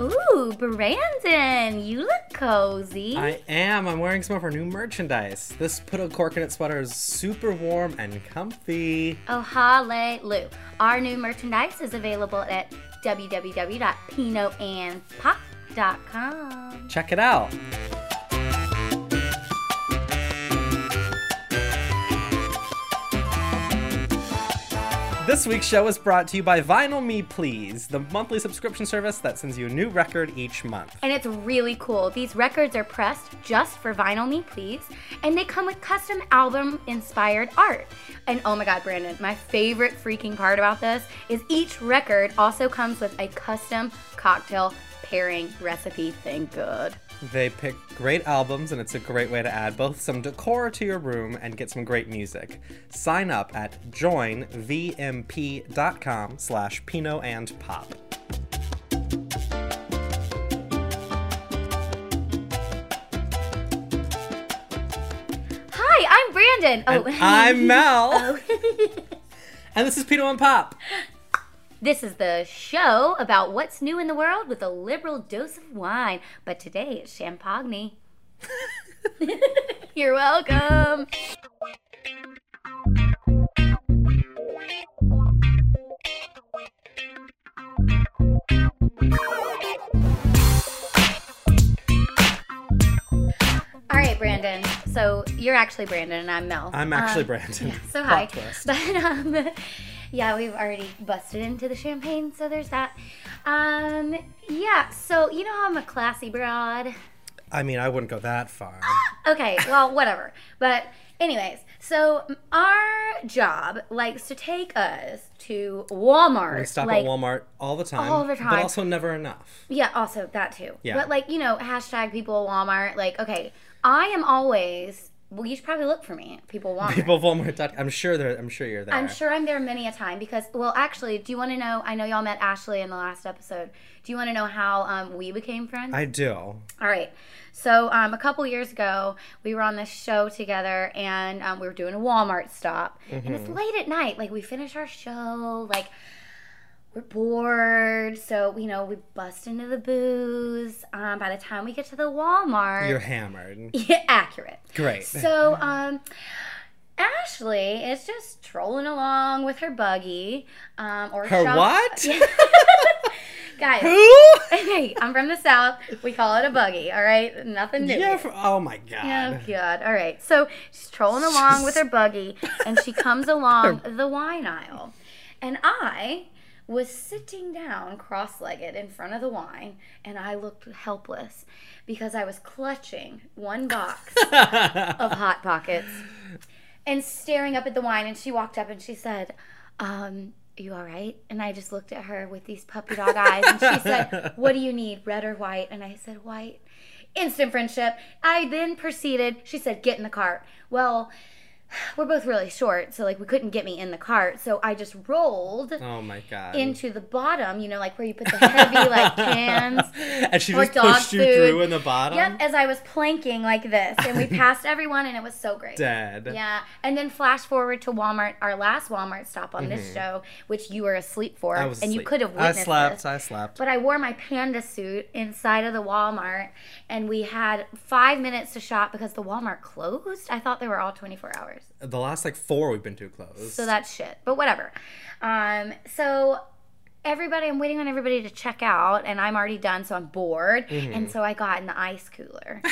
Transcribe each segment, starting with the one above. Ooh, Brandon, you look cozy. I am. I'm wearing some of our new merchandise. This Put Corkinate sweater is super warm and comfy. Oh, hallelujah. Our new merchandise is available at www.pinoandpop.com. Check it out. This week's show is brought to you by Vinyl Me Please, the monthly subscription service that sends you a new record each month. And it's really cool. These records are pressed just for Vinyl Me Please, and they come with custom album inspired art. And oh my god, Brandon, my favorite freaking part about this is each record also comes with a custom cocktail pairing recipe. Thank God. They pick great albums, and it's a great way to add both some decor to your room and get some great music. Sign up at joinvmp.com slash Pinot and Pop. Hi, I'm Brandon. Oh, And I'm Mel, Oh. and this is Pinot and Pop. This is the show about what's new in the world with a liberal dose of wine. But today it's champagne. You're welcome. All right, Brandon. So you're actually Brandon and I'm Mel. I'm actually Um, Brandon. so hi. Plot twist. But um, yeah, we've already busted into the champagne, so there's that. Um, yeah, so you know how I'm a classy broad. I mean, I wouldn't go that far. Okay, well, whatever. But anyways, so our job likes to take us to Walmart. We stop like, at Walmart all the time. all the time. But also never enough. Yeah, also that too. Yeah. But like, you know, hashtag people at Walmart. Like, okay, I am always. Well, you should probably look for me, at people at Walmart. People of Walmart. I'm sure they're. I'm sure you're there. I'm sure I'm there many a time because, well, actually, do you want to know? I know y'all met Ashley in the last episode. Do you want to know how um, we became friends? I do. All right. So, um, a couple years ago, we were on this show together and um, we were doing a Walmart stop. And it's late at night. Like, we finish our show. Like, we're bored. So, you know, we bust into the booze. Um, by the time we get to the Walmart, You're hammered. yeah, accurate. Great. So, um, Ashley is just trolling along with her buggy. Um, or Her shop- what? Guys, Who? hey, I'm from the South. We call it a buggy, all right? Nothing new. Yeah. For, oh my Oh god. God! All right, so she's trolling along with her buggy, and she comes along the wine aisle, and I was sitting down cross-legged in front of the wine, and I looked helpless because I was clutching one box of hot pockets and staring up at the wine. And she walked up and she said, um, "Are you all right?" And I just looked at her with these puppy dog eyes, and she said, "What do you need, red or white?" And I said, "White." Instant friendship. I then proceeded. She said, "Get in the cart." Well. We're both really short, so like we couldn't get me in the cart. So I just rolled Oh my god. into the bottom, you know, like where you put the heavy like cans. and she or just dog pushed you food. through in the bottom. Yep, as I was planking like this, and we passed everyone, and it was so great. Dead. Yeah, and then flash forward to Walmart, our last Walmart stop on this show, which you were asleep for, Mm-hmm. I was and you asleep. could have witnessed I slept. this. I slept. But I wore my panda suit inside of the Walmart, and we had five minutes to shop because the Walmart closed. I thought they were all 24 hours. the last like four we've been too close. So that's shit. But whatever. Um, so everybody, I'm waiting on everybody to check out, and I'm already done, so I'm bored. Mm-hmm. And so I got in the ice cooler.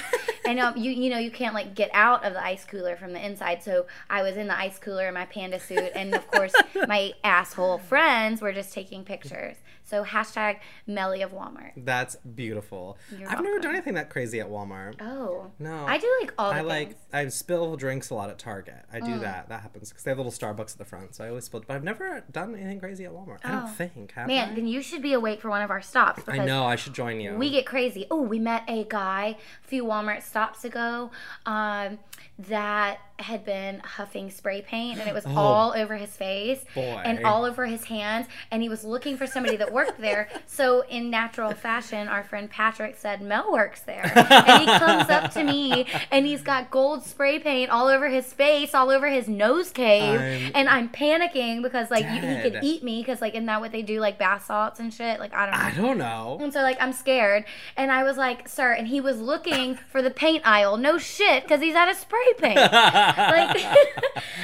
and um, you, you know, you can't like get out of the ice cooler from the inside. So I was in the ice cooler in my panda suit, and of course, my asshole friends were just taking pictures. So hashtag Melly of Walmart. that's beautiful. I've never welcome. done anything that crazy at Walmart. Oh, No. I do like all the I like things. Oh. I spill drinks a lot at Target. I do that. That happens because they have little Starbucks at the front, so I always spill. But I've never done anything crazy at Walmart. I Oh. don't think. Have Man, then you should be awake for one of our stops. I? because I know. I should join you. we get crazy. Oh, we met a guy a few Walmart stops ago um, that had been huffing spray paint and it was all over his face Oh. boy. and all over his hands and he was looking for somebody that worked there so in natural fashion our friend patrick said mel works there and he comes up to me and he's got gold spray paint all over his face all over his nose cave I'm and i'm panicking because like you, he could dead. eat me because like isn't that what they do like bath salts and shit like i don't know I don't know. and so, like, I'm scared. And I was like, sir. And he was looking for the paint aisle. No shit, because he's out of spray paint. like,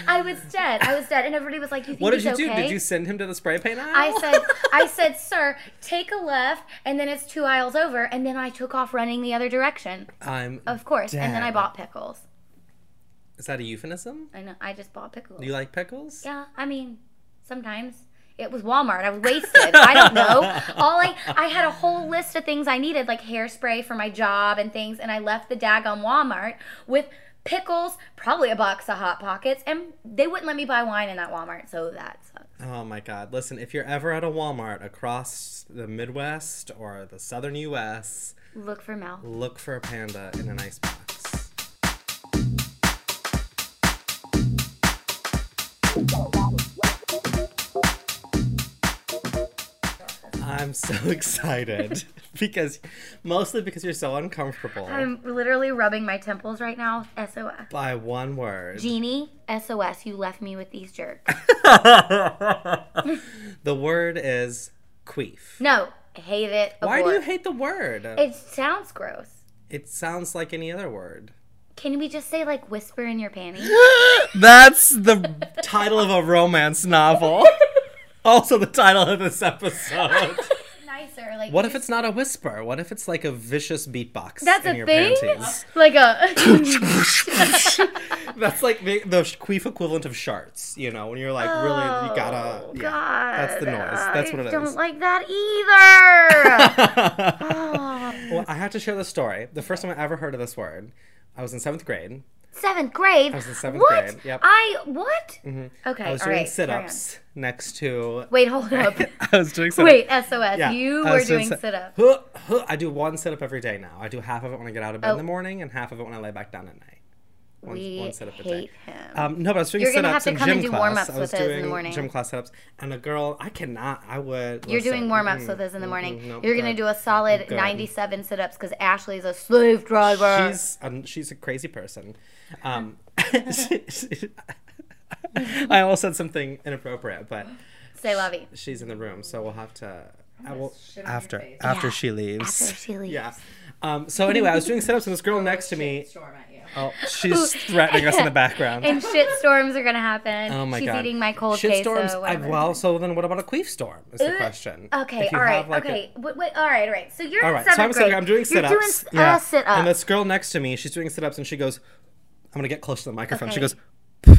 I was dead. I was dead. And everybody was like, you think what did he's you do? okay? Did you send him to the spray paint aisle? I said, I said, sir, take a left, and then it's two aisles over. And then I took off running the other direction, I'm. of course. And then I Dang. bought pickles. Is that a euphemism? I know. I just bought pickles. Do you like pickles? Yeah, I mean, sometimes it was Walmart. I was wasted. I don't know. All I I had a whole list of things I needed, like hairspray for my job and things, and I left the daggum Walmart with pickles, probably a box of hot pockets, and they wouldn't let me buy wine in that Walmart, so that sucks. Oh my God! Listen, if you're ever at a Walmart across the Midwest or the Southern U.S., Look for Mel. look for a panda in an ice box. I'm so excited because mostly because you're so uncomfortable I'm literally rubbing my temples right now. SOS. by one word. Jeannie, SOS, you left me with these jerks. the word is queef. No, I hate it. Why do abhor. you hate the word? It sounds gross. It sounds like any other word. Can we just say like whisper in your panties? That's the title of a romance novel. Also, the title of this episode. Nicer, like What if it's not a whisper? What if it's like a vicious beatbox That's in a your thing? panties? Like a That's like the, the queef equivalent of sharts, you know, when you're like really, you gotta. Oh, yeah. God. that's the noise. That's what it I don't is. like that either. Oh, Well, I have to share the story. The first time I ever heard of this word, I was in seventh grade. seventh grade. I was in seventh what? grade, yep. Mm-hmm. I what? Okay. I was all doing right, sit carry ups next to. on. Wait, hold up. I was doing sit ups. Wait, SOS. you were doing sit up. up. I do one sit up every day now. I do half of it when I get out of bed in the Oh. morning and half of it when I lay back down at night. One, We one sit up a hate day. him. Um, no, but I was doing You're sit gonna ups have in to gym come and do class. warm-ups I was with us in the doing morning. gym class sit ups, and a girl, I cannot. I would. You're doing warm ups with us in the morning. You're gonna do a solid mm, mm-hmm, good. 97 sit ups because Ashley's a slave driver. She's um, she's a crazy person. Um, I almost said something inappropriate, but Say lovey. she's in the room, so we'll have to. I will shit on your after face. after Yeah, she leaves. After she leaves. Yeah. Um, so anyway, I was doing sit-ups and this girl next to me. Storm at you. Oh, she's threatening us in the background. And shit storms are gonna happen. oh my She's god. eating my cold Shit storms. queso. I, whatever. well, so then what about a queef storm? Is the Uh, question. Okay, If you all right, have, like, a- okay. wait, wait, all right, all right. So you're all in right. seventh So I'm grade. sorting- I'm doing you're sit-ups. Doing s- uh, sit up. And this girl next to me, she's doing sit-ups and she goes, "I'm gonna get close to the microphone." She Okay. goes,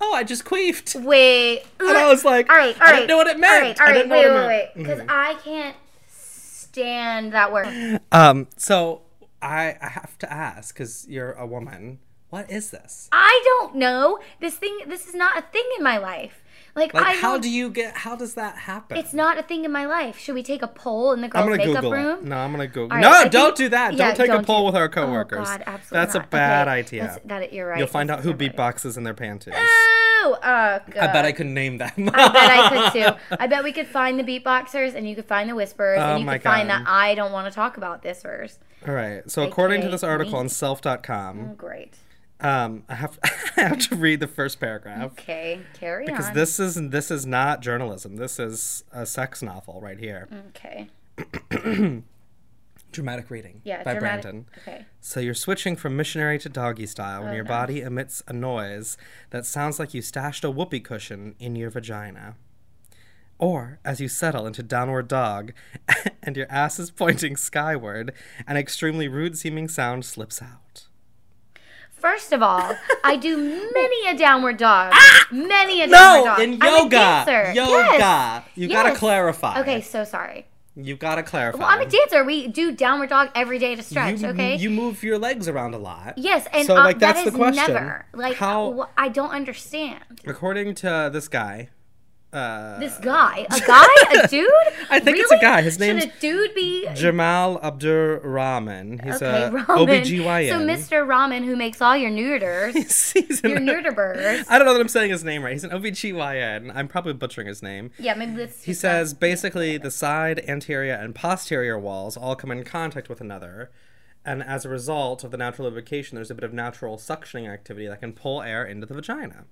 "Oh, I just queefed." Wait. And I was like, all right, all I right. didn't know what it All meant. right, all I right. didn't know wait, what it wait, meant. wait, Mm-hmm. because I can't stand that word. Um. So I I have to ask because you're a woman. What is this? I don't know this thing. This is not a thing in my life. Like, Like, I how don't- do you get? How does that happen? It's not a thing in my life. Should we take a poll in the I'm girls' gonna makeup Google room? it. No, I'm gonna Google. All right, no, I think- don't do that. yeah, don't take a don't poll do- with our Oh, coworkers. God, absolutely That's not. a bad Okay, idea. that's- that- you're right. You'll find That's- out who you're right. beatboxes in their panties. Oh, oh God. I bet I could name them. I bet I could too. I bet we could find the beatboxers and you could find the whisperers Oh and you my could find God. that I don't want to talk about this verse. All right. So according to AKA this article me. on self.com, Mm, Great. um, I have I have to read the first paragraph Okay, carry because on. this is this is not journalism. This is a sex novel right here. Mm. okay. Dramatic reading Yeah, by dramatic- Brandon. Okay. So you're switching from missionary to doggy style when your body emits a noise that sounds like you stashed a whoopee cushion in your vagina. Or as you settle into downward dog and your ass is pointing skyward, an extremely rude seeming sound slips out. First of all, I do many a downward dog. Many a downward Ah! No, dog. I'm in a yoga. dancer. Yoga. Yes. You gotta Yes. clarify. Okay, so sorry. You gotta clarify. Well, I'm a dancer. We do downward dog every day to stretch, you, okay? You move your legs around a lot. yes, and So, uh, like, that that's the is question. never. Like, How- wh- I don't understand. According to this guy, Uh, This guy, a guy, a dude. I think it's a Really? guy. His name's Should a dude be? Jamal Abdur Rahman. He's Okay, a ramen. OBGYN. So Mr. Ramen, who makes all your neuters, He's your an, neuterbirds. I don't know that I'm saying his name right. He's an OBGYN. I'm probably butchering his name. Yeah, maybe that's. He says basically the side, anterior, and posterior walls all come in contact with another. And as a result of the natural lubrication, there's a bit of natural suctioning activity that can pull air into the vagina.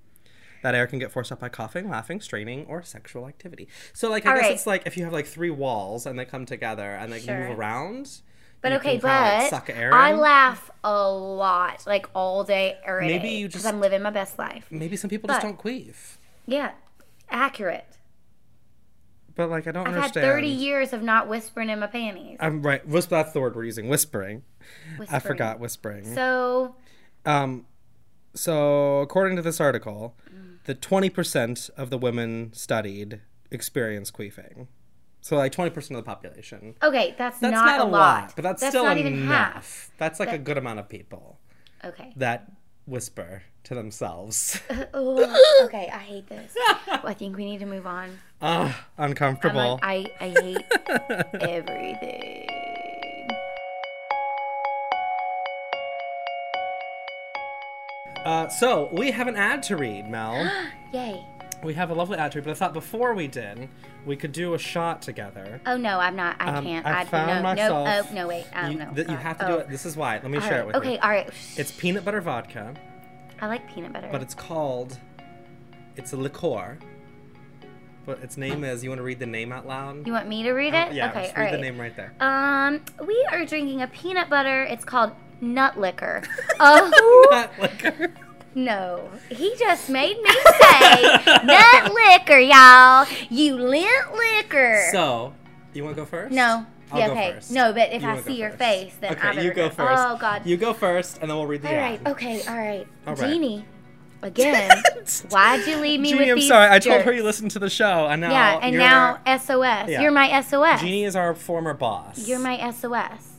That air can get forced up by coughing, laughing, straining, or sexual activity. So, like, I All guess right. it's like if you have like three walls and they come together and they Sure. move around. But you okay, can kinda, but like, suck air I in. laugh a lot, like all day or at Maybe eight, you 'cause just- Mm. I'm living my best life. Maybe some people just but- don't queef. Yeah, accurate. But like, I don't I've had understand. 30 years of not whispering in my panties. I'm right. Whisp, that's the word we're using. Whispering. I Whispering. forgot whispering. So Um, so according to this article, the twenty percent of the women studied experience queefing. So like twenty percent of the population. okay, that's, That's not, a lot, but that's, still not enough. even half. That's like a good amount of people Okay. that whisper to themselves. Ugh, Oh, okay, I hate this. Well, I think we need to move on. Ah, I'm uncomfortable. like, I, I hate everything. uh, so we have an ad to read, Mel. Yay. we have a lovely ad to read, but I thought before we did, we could do a shot together. Oh no, I'm not. I Um, can't. I I, found no, myself- No, oh no, wait. I don't you, know. th- you God. have to Oh. do it. This is why. Let me All share right, it with okay, you. all right. It's peanut butter vodka. I like peanut butter. but it's called it's a liqueur but its name is you want to read the name out loud you want me to read it? Oh, yeah okay, just all read right. the name right there Um, we are drinking a peanut butter. It's called nut liquor. Oh Not liquor. no, he just made me say nut liquor, y'all. You lint liquor. so you want to go first no. I'll yeah, go okay. first. No, but if You I wanna go see your first. face, then I okay better you go first Oh God. you go first and then we'll read the all right. ad. Okay. All right. All right. Jeannie, again. why'd you leave me Jeannie, with I'm these sorry. I told her jerks? you listened to the show, and now Yeah, and you're- now SOS. Yeah. You're my SOS. Jeannie is our former boss. You're my SOS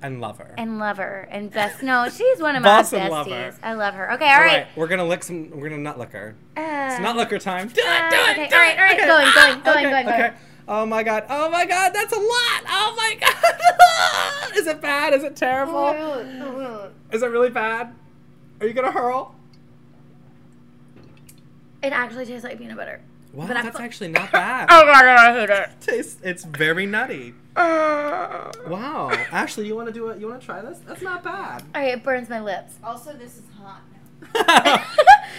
and lover. and lover and best. No, she's one of my Boss besties. and lover. I love her. Okay, all All right. right, we're gonna lick some. We're gonna nut lick her. Uh, It's not liquor time. Do it, do uh, it, okay, do all it. right, all right, okay. go in, go in, go Ah, in, okay, go in, go okay. in. Oh my god, oh my god, that's a lot. Oh my god. Is it bad? Is it Uh, Oh, terrible? Is it really bad? Are you gonna hurl? It actually tastes like peanut butter. Wow, But I that's fu- actually not bad. Oh god, I hate it. Tastes, it's very nutty. Uh, Wow, Ashley, you want to do it? You want to try this? That's not bad. all right, it burns my lips. Also, this is hot now.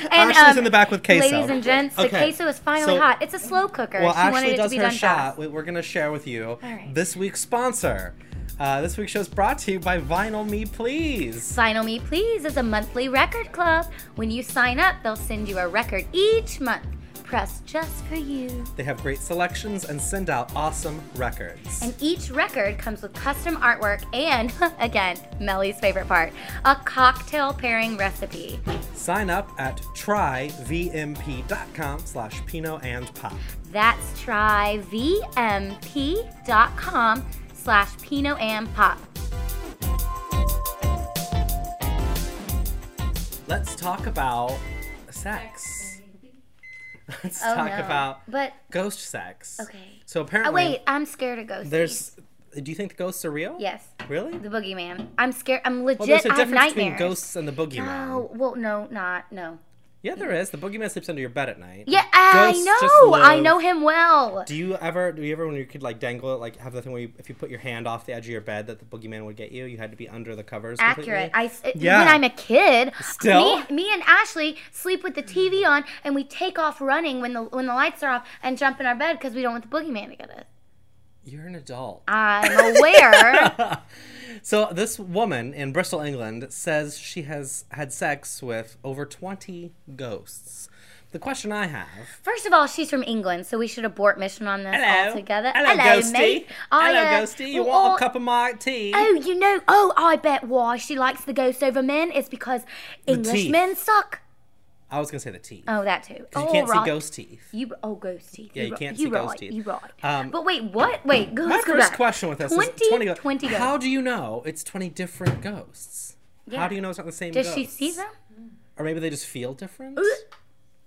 And, Ashley's um, in the back with queso. Ladies and gents, the Okay, queso is finally so- hot. It's a slow cooker. Well, she wanted Ashley it does to be her done shot. fast. We- We're gonna share with you right. this week's sponsor. Uh, this week's show is brought to you by Vinyl Me Please. Vinyl Me Please is a monthly record club. When you sign up, they'll send you a record each month, pressed just for you. They have great selections and send out awesome records. And each record comes with custom artwork and, again, Melly's favorite part, a cocktail pairing recipe. Sign up at tryvmp.com slash Pino and Pop. That's tryvmp.com slash Pinot Am Pop. Let's talk about sex. Let's Oh, talk no. about But, ghost sex. Okay. So oh, apparently, wait, I'm scared of ghosts. there's. Do you think the ghosts are real? Yes. Really? The boogeyman. I'm scared. I'm legit. Well, there's a I have difference nightmares. between ghosts and the boogeyman. No, well, no, not, no. Yeah, there is. The boogeyman sleeps under your bed at night. Yeah, I Ghosts just know. I live- know him well. Do you ever? Do you ever when you could like dangle it, like have the thing where you, if you put your hand off the edge of your bed that the boogeyman would get you? You had to be under the covers. Accurate. completely? I s- Yeah. when I'm a kid, Still? Mm. me, me and Ashley sleep with the TV on, and we take off running when the when the lights are off and jump in our bed because we don't want the boogeyman to get us. You're an adult. I'm aware. So this woman in Bristol, England, says she has had sex with over twenty ghosts. The question I have. First of all, she's from England, so we should abort mission on this Hello. altogether. Hello, ghosty. mate. I, Hello, uh, ghosty. You well, want I- a cup of my tea? Oh, you know. Oh, I bet why she likes the ghosts over men is because teeth. Englishmen suck. I was gonna say the tea. Oh, that too. you All can't right. see ghost teeth. You oh ghost teeth. Yeah, you ri- can't you see ghost right, teeth. You right. Um, but wait, what? Wait, go, My let's go first back. question with this 20, is 20, go- 20 ghosts. How do you know it's 20 different ghosts? How Yeah. do you know it's not the same Does ghost? she see them? Or maybe they just feel different?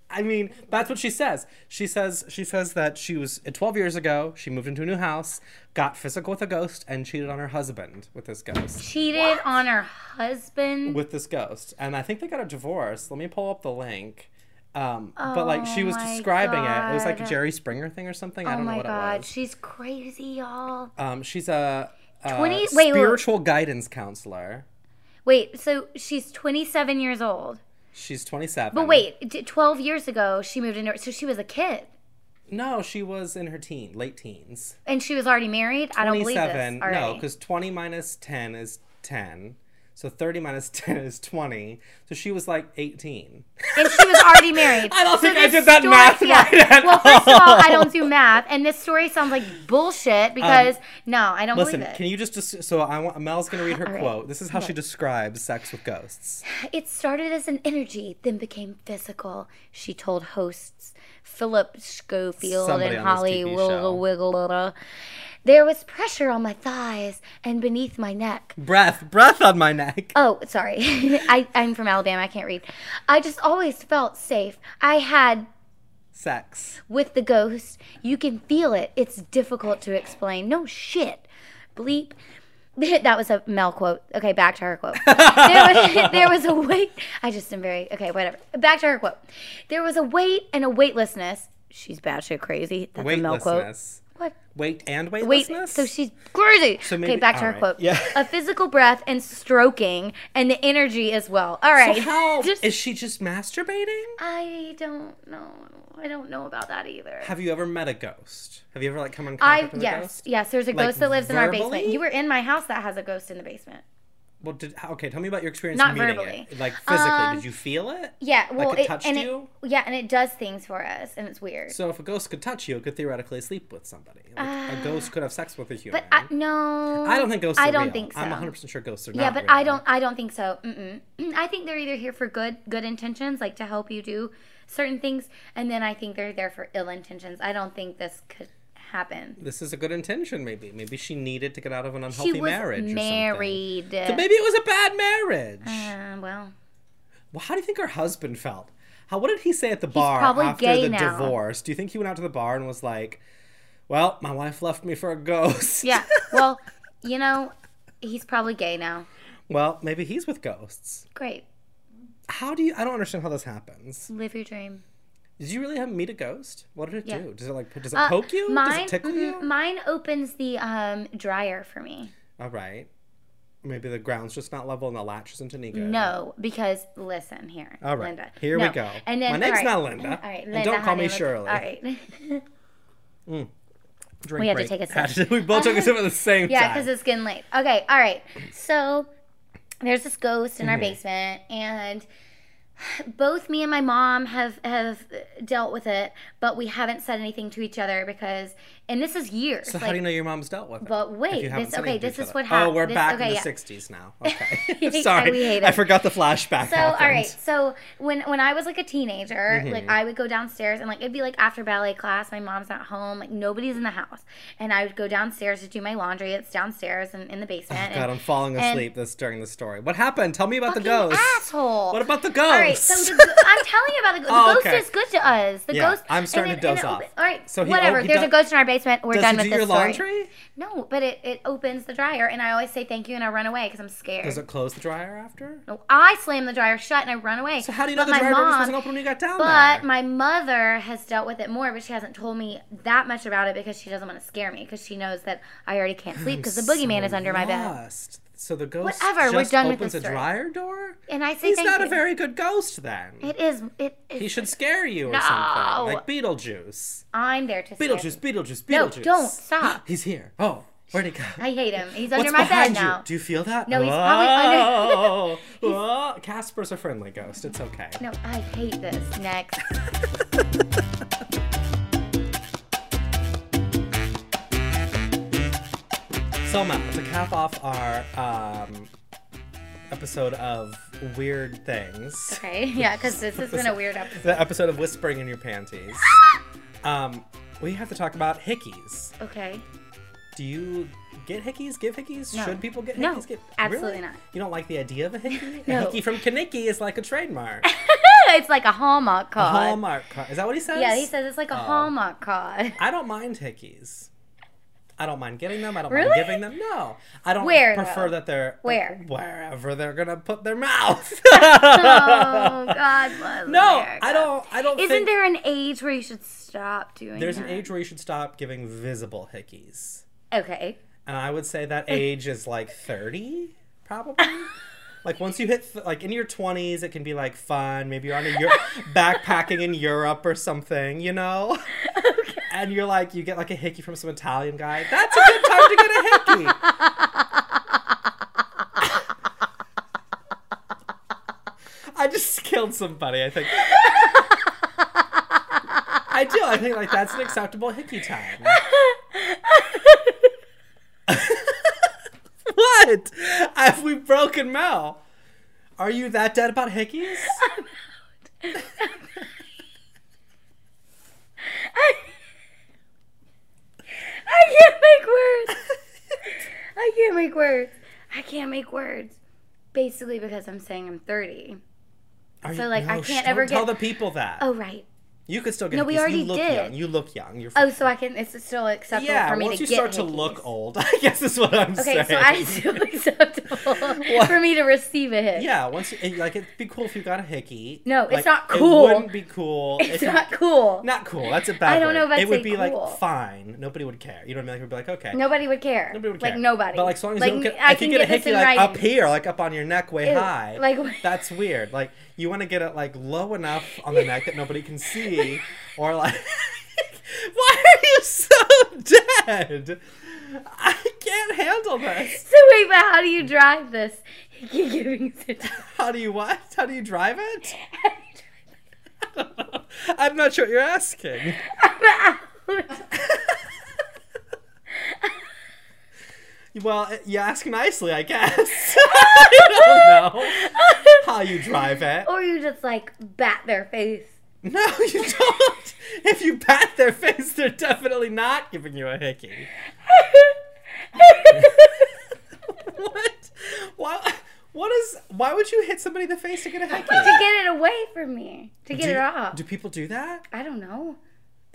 I mean, that's what she says. She says she says that she was 12 years ago. She moved into a new house, got physical with a ghost, and cheated on her husband with this ghost. Cheated on her husband. With this ghost, and I think they got a divorce. Let me pull up the link. Um, but like she Oh was my describing it. It was like a God. Jerry Springer thing or something. I oh don't know my what it god, was. she's crazy, y'all. Um, she's a, a 20 wait, wait. spiritual guidance counselor. Wait, so she's 27 years old. She's 27. But wait, d- 12 years ago she moved into so she was a kid No, she was in her teen, late teens. and she was already married. I don't believe this. No, already. because 20 minus 10 is 10. So 30 minus 10 is 20. So she was like 18. and she was already married. I don't think I this did that math right at well, first of all. Um, all, I don't do math, and this story sounds like bullshit because no, I don't Listen, believe it. can you just, just so I want Mel's gonna read her All right. quote. This is how she describes sex with ghosts. It started as an energy, then became physical. She told hosts Philip Schofield Somebody and on this Holly TV show. Wiggle Wiggle. There was pressure on my thighs and beneath my neck. Breath, breath on my neck. Oh, sorry. I, I'm from Alabama. I can't read. I just always felt safe. I had Sex. with the ghost. You can feel it. It's difficult to explain. No shit. Bleep. That was a Mel quote. Okay, back to her quote. There was, there was a weight. I just am very. Okay, whatever. Back to her quote. There was a weight and a weightlessness. She's batshit crazy. That's a Mel quote. Weightlessness. What? Weight and Wait, weightlessness? so she's crazy. maybe- okay, back to all her right. quote. Yeah. A physical breath and stroking and the energy as well. All right. So how Just- is she just masturbating? I don't know. I don't know about that either. Have you ever met a ghost? Have you ever like come in contact I with a yes, ghost? yes. There's a Like, ghost that lives in our basement. verbally? You were in my house that has a ghost in the basement. Well, did okay. Tell me about your experience Not meeting verbally. it. Like physically, Um, did you feel it? Yeah, well, it touched and you? It, yeah, and it does things for us, and it's weird. So if a ghost could touch you, it could theoretically sleep with somebody. Like, a ghost could have sex with a human. Ah. but I, no, I don't think ghosts. Are I don't real. think so. I'm 100 percent sure ghosts are not. yeah, but real. I don't. I don't think so. Mm-mm. I think they're either here for good, good intentions, like to help you do certain things, and then I think they're there for ill intentions. I don't think this could happen. This is a good intention, maybe. Maybe she needed to get out of an unhealthy she was marriage. Or married. something. So maybe it was a bad marriage. Uh, well, well, how do you think her husband felt? How? What did he say at the bar probably after gay the now. divorce? Do you think he went out to the bar and was like, "Well, my wife left me for a ghost." yeah. well, you know, he's probably gay now. well, maybe he's with ghosts. Great. How do you? I don't understand how this happens. Live your dream. Did you really have meet a ghost? What did it Yeah. do? Does it like does it Uh, poke you? does it tickle mhm, you? Mine opens the um, dryer for me. All right. Maybe the ground's just not level and the latch isn't any good. No, because listen here, All right, Linda. here we No. go. And then My name's all right, not Linda. All right, And Linda, don't call honey, me let's- Shirley. All right. Drink We had to break. take a sip. we both took a sip at the same yeah, time. because it's getting late. Okay, all right. So there's this ghost Mm-hmm. in our basement, and both me and my mom have have dealt with it, but we haven't said anything to each other because, and this is years. so how like- do you know your mom's dealt with it? But if wait, you haven't this- said okay, anything to this is each other? what Oh, hap- we're this- back okay, in the yeah. 60s now. Okay. I- Sorry. we hate I it. forgot the flashback So happened. all right, so when when I was like a teenager, Mm-hmm. like I would go downstairs and like it'd be like after ballet class, my mom's not home, like nobody's in the house, and I would go downstairs to do my laundry. It's downstairs and in the basement. Oh, God, I'm and falling and- asleep this during the story. What happened? Tell me about the Fucking ghost. asshole. What about the ghost? All right, so the, go- I'm telling you about the, ghost. the Oh, ghost okay. is good to us. The Yeah, ghost. I'm starting and to it- and doze it off. open- all right, So he- oh, whatever. he There's a does- ghost in our basement. We're Does done he with do this your story. laundry? No, but it, it opens the dryer, and I always say thank you, and I run away because I'm scared. Does it close the dryer after? No, I slam the dryer shut and I run away. So how do you know But the my dryer door was mom- supposed to open when you got down But there? my mother has dealt with it more, but she hasn't told me that much about it because she doesn't want to scare me because she knows that I already can't sleep because the boogeyman is under my bed. Lost. So the ghost Whatever, we're just done with opens this a story. dryer door? And I say He's thank not you. a very good ghost then. it is. It, it- he should scare you or No. something. Like Beetlejuice. I'm there to scare Beetlejuice, him. Beetlejuice, Beetlejuice. No, don't stop. He's here. Oh, where'd he go? I hate him. He's What's under my bed behind you? now. Do you feel that? No, he's probably under- Whoa, whoa. Casper's a friendly ghost. It's okay. No, I hate this. Next. So Mel, to cap off our um, episode of weird things. Okay. Yeah, because this has been a weird episode. the episode of whispering in your panties. um, we have to talk about hickeys. Okay. Do you get hickeys? Give hickeys? No. Should people get hickeys? No, Get- absolutely Really? not. You don't like the idea of a hickey? A No. hickey from Kaniki is like a trademark. it's like a Hallmark A card. Hallmark card. Is that what he says? Yeah, he says it's like a Oh. Hallmark card. I don't mind hickeys. I don't mind getting them. I don't Really? mind giving them. No, I don't Where, prefer though? that they're Where? wherever they're gonna put their mouth. oh God bless no, America. I don't. I don't. Isn't think there an age where you should stop doing? There's an that? age where you should stop giving visible hickeys, Okay. and I would say that age is like thirty, probably. Like once you hit th- like in your twenties, it can be like fun. Maybe you're on a Euro- backpacking in Europe or something, you know. okay. and you're like you get like a hickey from some Italian guy. That's a good time to get a hickey. I just killed somebody. I think. I do. I think like that's an acceptable hickey time. what? Have we broken Mel? Are you that dead about hickeys? I, I can't make words. I can't make words. I can't make words. Basically, because I'm saying I'm 30. Are So, like, I sh- can't don't ever tell get- the people that. Oh, right. You could still get. No, we hickeys. already you look did. Young. You look young. You're Oh, so I can. It's still acceptable yeah. for me once to you get start to hickeys. look old, I guess is what I'm Okay, saying. so I still acceptable for me to receive a hit. yeah. Once you, it- like it'd be cool if you got a hickey. No, it's Like, not It cool. wouldn't be cool. It's if you- not cool. Not cool. That's a bad. I don't word. know if I'd It would say be cool. like fine. Nobody would care. You know what I mean? Like would be like okay. Nobody would care. Nobody would care. like nobody. But like, as long as Like, you don't get, I if you can get, a this hickey in like writing. up here, like up on your neck, way Ew, high, like- that's weird. Like you want to get it like low enough on the neck that nobody can see, or like, why are you so dead? I can't handle this. So wait, but how do you drive this hickey giving situation? How do you what? How do you drive it? How do you drive I'm not sure what you're asking. Well, you ask nicely, I guess. I don't know how you drive it. or you just like bat their face. No, you don't. if you pat their face, they're definitely not giving you a hickey. What? Why? What is? Why would you hit somebody in the face to get a hickey? to get it away from me. To get do, it off. do people do that? I don't know.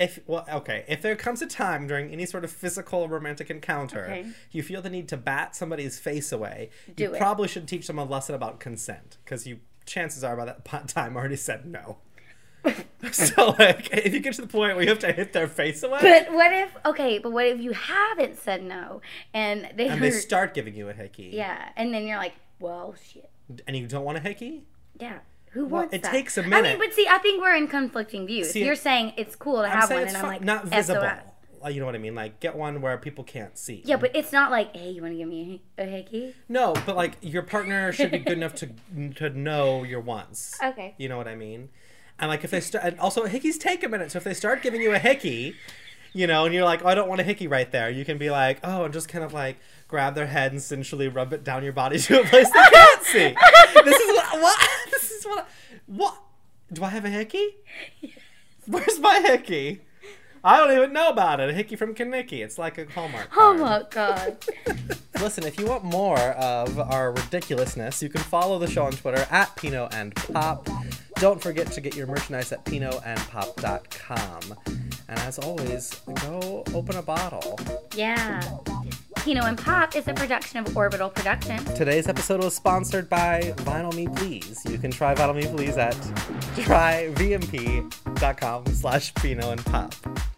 If well, okay. If there comes a time during any sort of physical or romantic encounter, Okay. you feel the need to bat somebody's face away, you Do it. probably should teach them a lesson about consent, because you chances are by that po- time already said no. so like, if you get to the point where you have to hit their face away, But what if okay, but what if you haven't said no and they, and they were- start giving you a hickey, Yeah. And then you're like, Well shit. and you don't want a hickey, Yeah. Who Well, wants it that? takes a I mean, minute. but see, I think we're in conflicting views. See, You're it- saying it's cool to I'm have saying one, it's and I'm fine- like, not "That's all visible. right." Like, You know what I mean? Like get one where people can't see. Yeah, but it's not like, hey, you want to give me a, hi- a hickey? No, but like your partner should be good enough to to know your wants. Okay. You know what I mean? And like if they start, and also hickeys take a minute. So if they start giving you a hickey, you know, and you're like, oh, I don't want a hickey right there, you can be like, oh, and just kind of like grab their head and sensually rub it down your body to a place they can't see. This is what, what this is what what do I have a hickey? Where's my hickey? I don't even know about it. A hickey from Kinnicky. It's like a Hallmark. Oh card. my god. Listen, if you want more of our ridiculousness, you can follow the show on Twitter at Pino and Pop. Don't forget to get your merchandise at pinoandpop.com. And as always, go open a bottle. yeah. Pino and Pop is a production of Orbital Productions. Today's episode was sponsored by Vinyl Me Please. You can try Vinyl Me Please at tryvmp.com slash Pino and Pop.